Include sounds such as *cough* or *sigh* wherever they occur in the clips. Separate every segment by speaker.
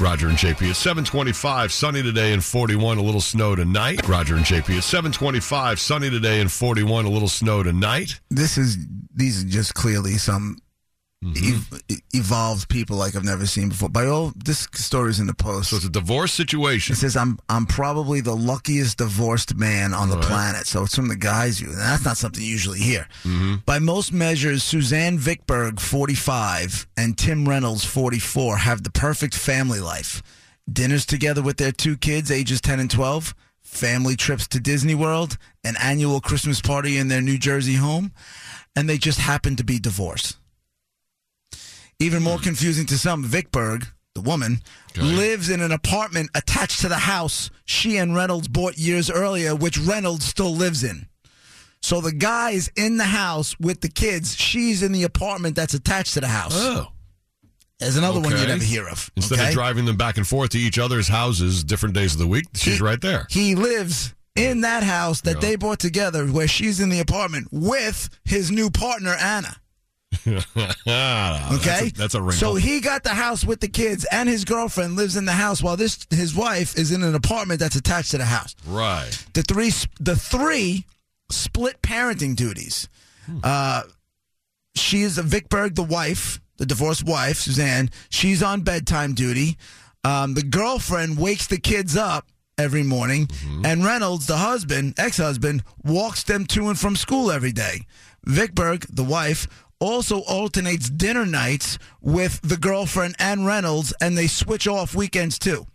Speaker 1: Roger and JP. It's 725, sunny today and 41, a little snow tonight. Roger and JP. It's 725, sunny today and 41, a little snow tonight.
Speaker 2: This is these are just clearly some ev- e- evolved people like I've never seen before. By all this story's in the post.
Speaker 1: So it's a divorce
Speaker 2: It
Speaker 1: situation.
Speaker 2: says I'm I'm probably the luckiest divorced man on the planet. So it's from the guy's view. And that's not something you usually hear. By most measures, Suzanne Vickberg, 45, and Tim Reynolds, 44, have the perfect family life. Dinners together with their two kids, ages 10 and 12, family trips to Disney World, an annual Christmas party in their New Jersey home, and they just happen to be divorced. Even more confusing to some, Vickberg, the woman, lives in an apartment attached to the house she and Reynolds bought years earlier, which Reynolds still lives in. So the guy is in the house with the kids. She's in the apartment that's attached to the house.
Speaker 1: Oh.
Speaker 2: There's another one you
Speaker 1: okay.
Speaker 2: never hear of.
Speaker 1: Instead
Speaker 2: okay?
Speaker 1: of driving them back and forth to each other's houses different days of the week, she's right
Speaker 2: *laughs*
Speaker 1: there.
Speaker 2: he lives in that house that they bought together where she's in the apartment with his new partner, Anna. Okay,
Speaker 1: That's a, that's a wrinkle.
Speaker 2: So he got the house with the kids, and his girlfriend lives in the house while this his wife is in an apartment that's attached to the house.
Speaker 1: right.
Speaker 2: The three the three split parenting duties. Uh, she is a Vickberg, the wife, the divorced wife, Suzanne. She's on bedtime duty. Um, the girlfriend wakes the kids up every morning, and Reynolds, the husband, ex husband, walks them to and from school every day. Vickberg, the wife, also alternates dinner nights with the girlfriend and Reynolds, and they switch off weekends too.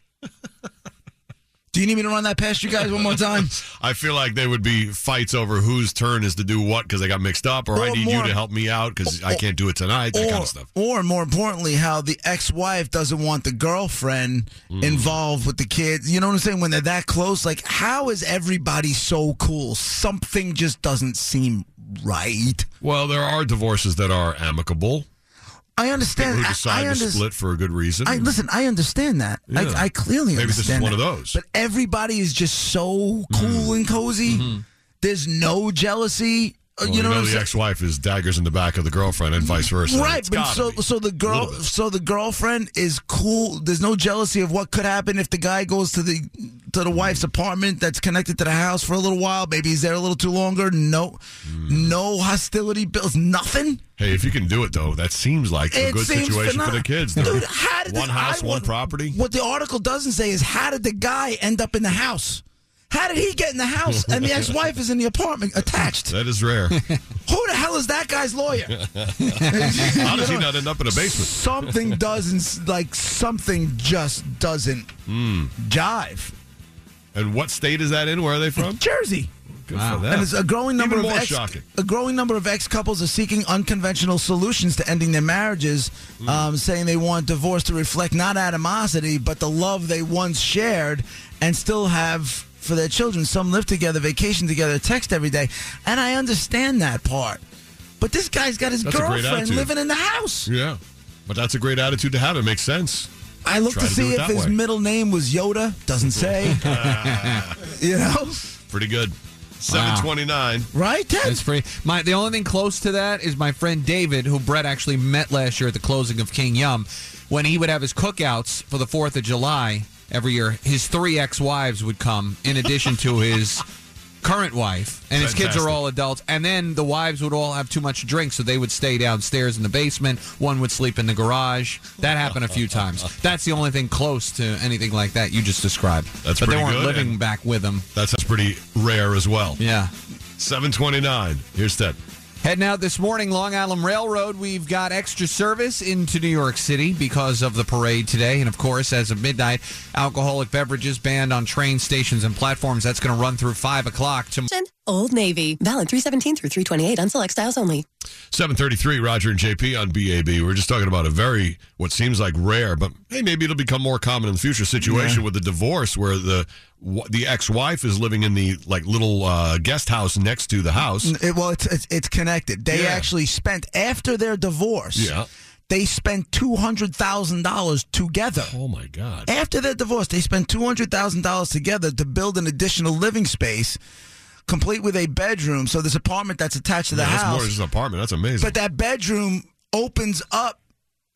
Speaker 2: Do you need me to run that past you guys one more time?
Speaker 1: I feel like there would be fights over whose turn is to do what because I got mixed up, or, I
Speaker 2: Or
Speaker 1: need you
Speaker 2: more-
Speaker 1: to help me out because I can't do it tonight, that
Speaker 2: or,
Speaker 1: kind of stuff.
Speaker 2: or more importantly, how the ex-wife doesn't want the girlfriend
Speaker 1: Mm.
Speaker 2: involved with the kids. You know what I'm saying? When they're that close, like how is everybody so cool? Something just doesn't seem right.
Speaker 1: Well, there are divorces that are amicable.
Speaker 2: I
Speaker 1: People
Speaker 2: understand.
Speaker 1: who
Speaker 2: I-
Speaker 1: decide
Speaker 2: I,
Speaker 1: to
Speaker 2: understand.
Speaker 1: split for a good reason.
Speaker 2: I, listen, I understand that.
Speaker 1: Yeah.
Speaker 2: I, I clearly
Speaker 1: Maybe this is
Speaker 2: understand
Speaker 1: one of
Speaker 2: that.
Speaker 1: those. Mm.
Speaker 2: But everybody is just so cool and cozy. There's no jealousy. Uh,
Speaker 1: Mm-hmm. Well,
Speaker 2: you know, what I'm
Speaker 1: the
Speaker 2: saying?
Speaker 1: ex-wife is daggers in the back of the girlfriend, and vice versa.
Speaker 2: Right,
Speaker 1: It's
Speaker 2: but
Speaker 1: gotta
Speaker 2: so
Speaker 1: be.
Speaker 2: so the girl
Speaker 1: little bit.
Speaker 2: so the girlfriend is cool. There's no jealousy of what could happen if the guy goes to the to the wife's apartment that's connected to the house for a little while. Maybe he's there a little too longer. No,
Speaker 1: Hmm.
Speaker 2: no hostility builds nothing.
Speaker 1: hey, if you can do it though, that seems like a
Speaker 2: It
Speaker 1: good
Speaker 2: seems
Speaker 1: situation for
Speaker 2: phenom-
Speaker 1: the kids. though.
Speaker 2: Dude, how did
Speaker 1: one
Speaker 2: the-
Speaker 1: house,
Speaker 2: I
Speaker 1: one
Speaker 2: want-
Speaker 1: property.
Speaker 2: What the article doesn't say is how did the guy end up in the house? How did he get in the house and
Speaker 1: *laughs*
Speaker 2: the ex-wife is in the apartment attached?
Speaker 1: That is
Speaker 2: *laughs*
Speaker 1: rare.
Speaker 2: Who the hell is that guy's lawyer?
Speaker 1: How does he not end up in a basement? *laughs*
Speaker 2: something doesn't like something just doesn't
Speaker 1: Hmm.
Speaker 2: jive.
Speaker 1: And what state is that in? Where are they
Speaker 2: *laughs*
Speaker 1: from?
Speaker 2: Jersey.
Speaker 1: Good for them.
Speaker 2: And it's a growing number
Speaker 1: Even
Speaker 2: of
Speaker 1: more
Speaker 2: ex,
Speaker 1: shocking.
Speaker 2: a growing number of ex couples are seeking unconventional solutions to ending their marriages,
Speaker 1: Hmm.
Speaker 2: um, saying they want divorce to reflect not animosity but the love they once shared and still have for their children. Some live together, vacation together, text every day, and I understand that part. But this guy's got his
Speaker 1: That's a great
Speaker 2: girlfriend
Speaker 1: attitude.
Speaker 2: living in the house.
Speaker 1: Yeah, but that's a great attitude to have. It makes sense.
Speaker 2: I looked
Speaker 1: Try
Speaker 2: to,
Speaker 1: to do
Speaker 2: see
Speaker 1: it
Speaker 2: if
Speaker 1: that
Speaker 2: his
Speaker 1: way.
Speaker 2: middle name was Yoda.
Speaker 1: *laughs*
Speaker 2: Doesn't say. you know,
Speaker 1: Pretty good. Seven twenty-nine.
Speaker 2: right? Ted?
Speaker 3: That's pretty. My the only thing close to that is my friend David, who Brett actually met last year at the closing of King Yum, when he would have his cookouts for the Fourth of July every year. His three ex-wives would come in addition to his current wife, and his kids
Speaker 1: Fantastic.
Speaker 3: are all adults. And then the wives would all have too much to drink, so they would stay downstairs in the basement. One would sleep in the garage. That happened a few times. That's the only thing close to anything like that you just described.
Speaker 1: That's
Speaker 3: but they
Speaker 1: pretty
Speaker 3: weren't
Speaker 1: good,
Speaker 3: living
Speaker 1: and-
Speaker 3: back with him.
Speaker 1: That sounds pretty rare as well.
Speaker 3: Yeah.
Speaker 1: Seven twenty-nine. Here's Ted.
Speaker 3: Heading out this morning, Long Island Railroad. We've got extra service into New York City because of the parade today. And of course, as of midnight, alcoholic beverages banned on train stations and platforms. That's going to run through 5 o'clock tomorrow.
Speaker 4: Old Navy. Valid 317 through 328 on select styles only.
Speaker 1: 733 Roger and JP on BAB. We We're just talking about a very what seems like rare, but hey, maybe it'll become more common in the future situation with the divorce where the wh- the ex-wife is living in the like little uh, guest house next to the house.
Speaker 2: It- well, it's, it's it's connected. They
Speaker 1: Yeah.
Speaker 2: actually spent after their divorce.
Speaker 1: Yeah.
Speaker 2: They spent two hundred thousand dollars together.
Speaker 1: Oh my god.
Speaker 2: After their divorce, they spent two hundred thousand dollars together to build an additional living space, complete with a bedroom. So this apartment that's attached to the
Speaker 1: Yeah, that's more
Speaker 2: house,
Speaker 1: than just an apartment. That's amazing.
Speaker 2: but that bedroom opens up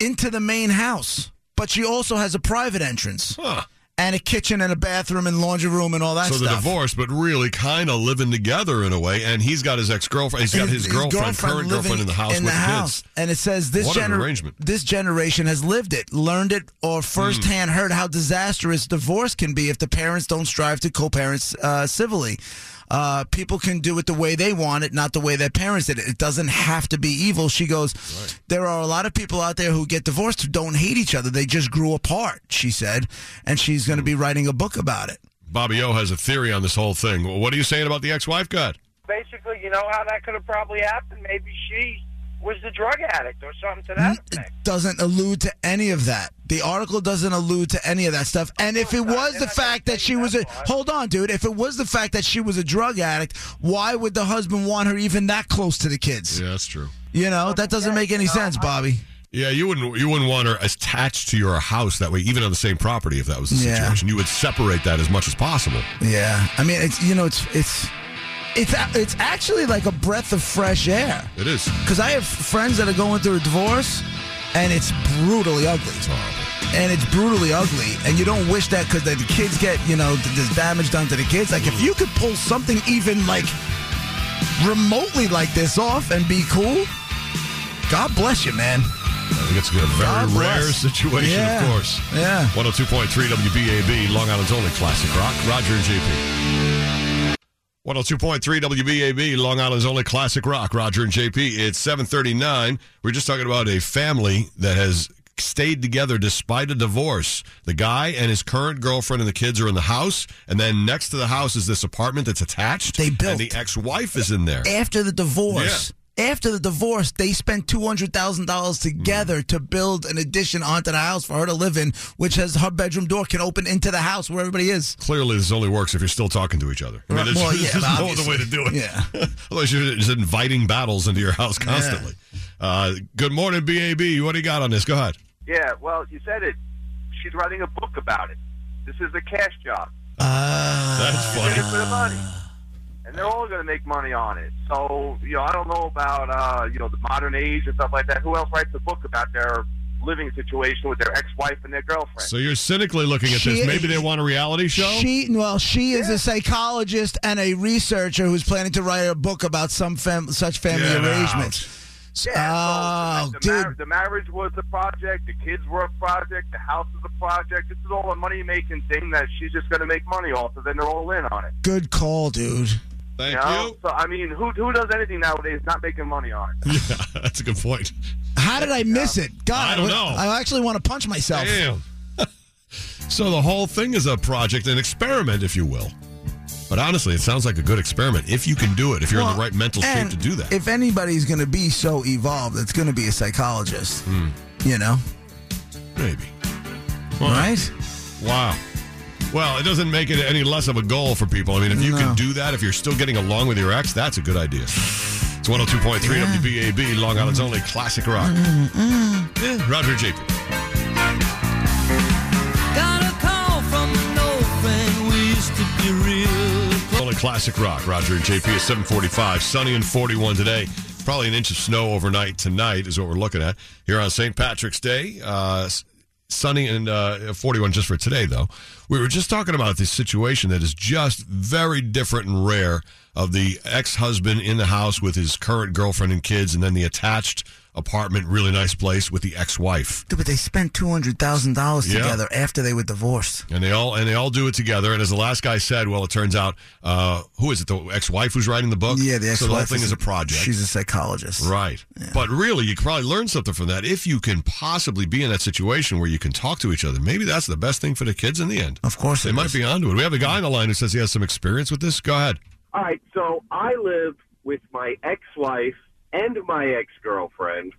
Speaker 2: into the main house. but she also has a private entrance
Speaker 1: Huh.
Speaker 2: and a kitchen and a bathroom and laundry room and all that
Speaker 1: So the
Speaker 2: stuff.
Speaker 1: divorce, but really kind of living together in a way. And he's got his ex girlfriend. He's got his, girlfriend, current
Speaker 2: living
Speaker 1: girlfriend, in the house
Speaker 2: in
Speaker 1: with
Speaker 2: the
Speaker 1: the
Speaker 2: house.
Speaker 1: kids.
Speaker 2: And it says this
Speaker 1: What an
Speaker 2: gener-
Speaker 1: arrangement.
Speaker 2: this generation has lived it, learned it, or firsthand
Speaker 1: Hmm.
Speaker 2: heard how disastrous divorce can be if the parents don't strive to co-parent uh, civilly. Uh, people can do it the way they want it, not the way their parents did it. It doesn't have to be evil. She goes, there are a lot of people out there who get divorced who don't hate each other. They just grew apart. She said, and she's
Speaker 1: Hmm.
Speaker 2: going to be writing a book about it.
Speaker 1: Bobby O has a theory on this whole thing. What are you saying about the ex wife, God?
Speaker 5: basically, you know how that could have probably happened. Maybe she was the drug addict or something to that
Speaker 2: It
Speaker 5: effect.
Speaker 2: doesn't allude to any of that. The article doesn't allude to any of that stuff. And if it
Speaker 5: course not.
Speaker 2: was
Speaker 5: They're
Speaker 2: the
Speaker 5: not gonna
Speaker 2: fact that
Speaker 5: say
Speaker 2: she was a
Speaker 5: that part.
Speaker 2: hold on, dude. If it was the fact that she was a drug addict, why would the husband want her even that close to the kids?
Speaker 1: Yeah, that's true.
Speaker 2: You know that doesn't make any sense, Bobby.
Speaker 1: Yeah, you wouldn't you wouldn't want her attached to your house that way, even on the same property. If that was the
Speaker 2: Yeah.
Speaker 1: situation, you would separate that as much as possible.
Speaker 2: Yeah, I mean it's you know it's it's it's a- it's actually like a breath of fresh air
Speaker 1: It is.
Speaker 2: because I have friends that are going through a divorce, and it's brutally ugly.
Speaker 1: It's horrible.
Speaker 2: and it's brutally ugly. And you don't wish that because the the kids get, you know, th- there's damage done to the kids. Like, if you could pull something even like remotely like this off and be cool, God bless you, man.
Speaker 1: I think it's a very
Speaker 2: God bless.
Speaker 1: rare situation,
Speaker 2: Yeah.
Speaker 1: of course.
Speaker 2: Yeah.
Speaker 1: 102.3 WBAB, Long Island's only classic rock. Roger and JP. 102.3 WBAB, Long Island's only classic rock. Roger and JP. It's 739. We We're just talking about a family that has stayed together despite a divorce. The guy and his current girlfriend and the kids are in the house, and then next to the house is this apartment that's attached.
Speaker 2: They
Speaker 1: And
Speaker 2: built.
Speaker 1: the ex-wife is in there.
Speaker 2: After the divorce. After the divorce, they spent two hundred thousand dollars together to build an addition onto the house for her to live in, which has her bedroom door can open into the house where everybody is.
Speaker 1: Clearly, this only works if you're still talking to each other. I mean,
Speaker 2: Right.
Speaker 1: there's,
Speaker 2: *laughs* Well, yeah,
Speaker 1: there's no other
Speaker 2: obviously.
Speaker 1: way to do it.
Speaker 2: Yeah.
Speaker 1: *laughs* Otherwise, you're just inviting battles into your house constantly. Uh, good morning, BAB. What do you got on this? Go ahead.
Speaker 5: Yeah, well, you said it. She's writing a book about it. This is a cash job.
Speaker 1: That's
Speaker 2: Uh,
Speaker 5: Get it
Speaker 1: funny.
Speaker 5: for the money. And they're all going to make money on it. So, you know, I don't know about, uh, you know, the modern age and stuff like that. Who else writes a book about their living situation with their ex-wife and their girlfriend?
Speaker 1: So you're cynically looking at
Speaker 2: She-
Speaker 1: this. Maybe they want a reality show?
Speaker 2: She well, she is a psychologist and a researcher who's planning to write a book about some fam- such family
Speaker 1: Get
Speaker 2: arrangements.
Speaker 5: Yeah,
Speaker 2: oh,
Speaker 5: so the,
Speaker 2: dude,
Speaker 5: mar- the marriage was a project. The kids were a project. The house is a project. This is all a money making thing that she's just going to make money off of, and they're all in on it.
Speaker 2: good call, dude.
Speaker 1: Thank
Speaker 5: You know? So I mean, who who does anything nowadays not making money on it?
Speaker 1: you. *laughs* Yeah, that's a good point.
Speaker 2: How did I miss it? God,
Speaker 1: I don't
Speaker 2: would-
Speaker 1: know.
Speaker 2: I actually want to punch myself.
Speaker 1: Damn. *laughs* so the whole thing is a project, an experiment, if you will. But honestly, it sounds like a good experiment if you can do it, if you're in the
Speaker 2: Well,
Speaker 1: right mental shape
Speaker 2: and
Speaker 1: to do that.
Speaker 2: If anybody's going to be so evolved, it's going to be a psychologist.
Speaker 1: Hmm.
Speaker 2: You know,
Speaker 1: Maybe.
Speaker 2: right?
Speaker 1: Wow. Well, it doesn't make it any less of a goal for people. I mean, if you can
Speaker 2: No.
Speaker 1: do that, if you're still getting along with your ex, that's a good idea. It's 102.3 WBAB, Long Island's only classic rock. Yeah, Roger JP.
Speaker 6: Got a call from an old friend we used to be real close.
Speaker 1: Only classic rock. Roger and JP is 745, sunny and 41 today. Probably an inch of snow overnight tonight is what we're looking at here on St. Patrick's Day. Uh, s- sunny and uh, 41 just for today, though. We were just talking about this situation that is just very different and rare of the ex husband in the house with his current girlfriend and kids, and then the attached apartment, really nice place with the ex wife.
Speaker 2: Dude, but they spent two hundred thousand dollars
Speaker 1: Yeah.
Speaker 2: together after they were divorced.
Speaker 1: And they all and they all do it together. And as the last guy said, well, it turns out, uh, who is it? The ex-wife who's writing the book.
Speaker 2: Yeah, the
Speaker 1: so the whole
Speaker 2: ex-wife
Speaker 1: thing is, a project,
Speaker 2: She's a psychologist.
Speaker 1: right? But really, you can probably learn something from that if you can possibly be in that situation where you can talk to each other. Maybe that's the best thing for the kids in the end.
Speaker 2: Of course,
Speaker 1: They
Speaker 2: it
Speaker 1: might
Speaker 2: is.
Speaker 1: be onto it. We have a guy on the line who says he has some experience with this. Go ahead.
Speaker 5: All right, so I live with my ex-wife and my ex-girlfriend,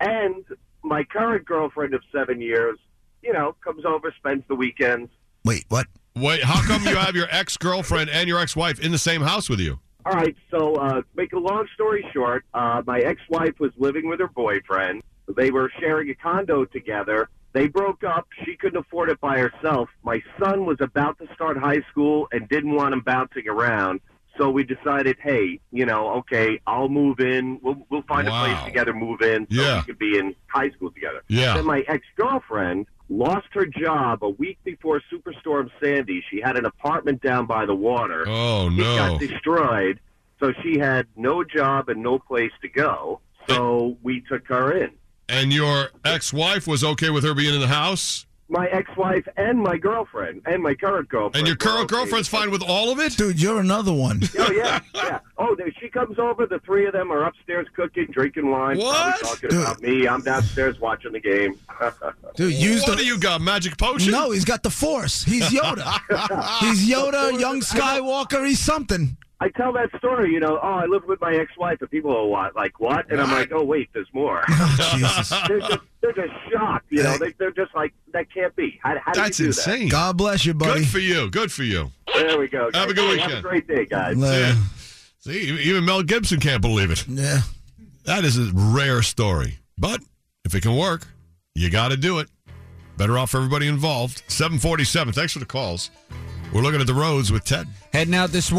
Speaker 5: and my current girlfriend of seven years. You know, comes over, spends the weekends.
Speaker 2: Wait, what?
Speaker 1: Wait, how come you have your ex-girlfriend and your ex-wife in the same house with you?
Speaker 5: All right, so uh, to make a long story short, uh, my ex-wife was living with her boyfriend. They were sharing a condo together. They broke up. She couldn't afford it by herself. My son was about to start high school and didn't want him bouncing around. So we decided, hey, you know, okay, I'll move in. We'll, we'll find
Speaker 1: Wow.
Speaker 5: a place together, move in, so
Speaker 1: Yeah.
Speaker 5: we could be in high school together.
Speaker 1: Yeah.
Speaker 5: Then my ex girlfriend lost her job a week before Superstorm Sandy. She had an apartment down by the water.
Speaker 1: Oh
Speaker 5: It
Speaker 1: no.
Speaker 5: got destroyed, so she had no job and no place to go. So we took her in.
Speaker 1: And your ex-wife was okay with her being in the house,
Speaker 5: My ex-wife and my girlfriend and my current girlfriend.
Speaker 1: and your current
Speaker 5: were okay.
Speaker 1: girlfriend's fine with all of it.
Speaker 2: Dude, you're another one.
Speaker 5: Oh yeah, yeah. Oh, there, she comes over. The three of them are upstairs cooking, drinking wine, probably
Speaker 1: What?
Speaker 5: talking about me. I'm downstairs watching the game. *laughs*
Speaker 2: Dude, use
Speaker 1: what
Speaker 2: the.
Speaker 1: do you got? Magic potion?
Speaker 2: no, he's got the
Speaker 1: *laughs*
Speaker 2: force. He's Yoda. he's Yoda, young Skywalker. He's something.
Speaker 5: I tell that story, you know. Oh, I live with my ex-wife, and people are what, like, what? And I'm like, oh wait, there's more.
Speaker 1: *laughs*
Speaker 2: Oh, Jesus.
Speaker 5: they're just they're just shocked, you know. They, they're just like, that can't be. How, how do
Speaker 1: That's
Speaker 5: you do that?
Speaker 1: insane.
Speaker 2: God bless you, buddy.
Speaker 1: Good for you. Good for you.
Speaker 5: There we go.
Speaker 1: Have a good
Speaker 5: Have a
Speaker 1: weekend.
Speaker 5: great day, guys.
Speaker 2: Uh,
Speaker 1: See, e-, even Mel Gibson can't believe it.
Speaker 2: yeah.
Speaker 1: That is a rare story. But if it can work, you got to do it. Better off for everybody involved. 747. Thanks for the calls. We're looking at the roads with Ted.
Speaker 3: Heading out this morning.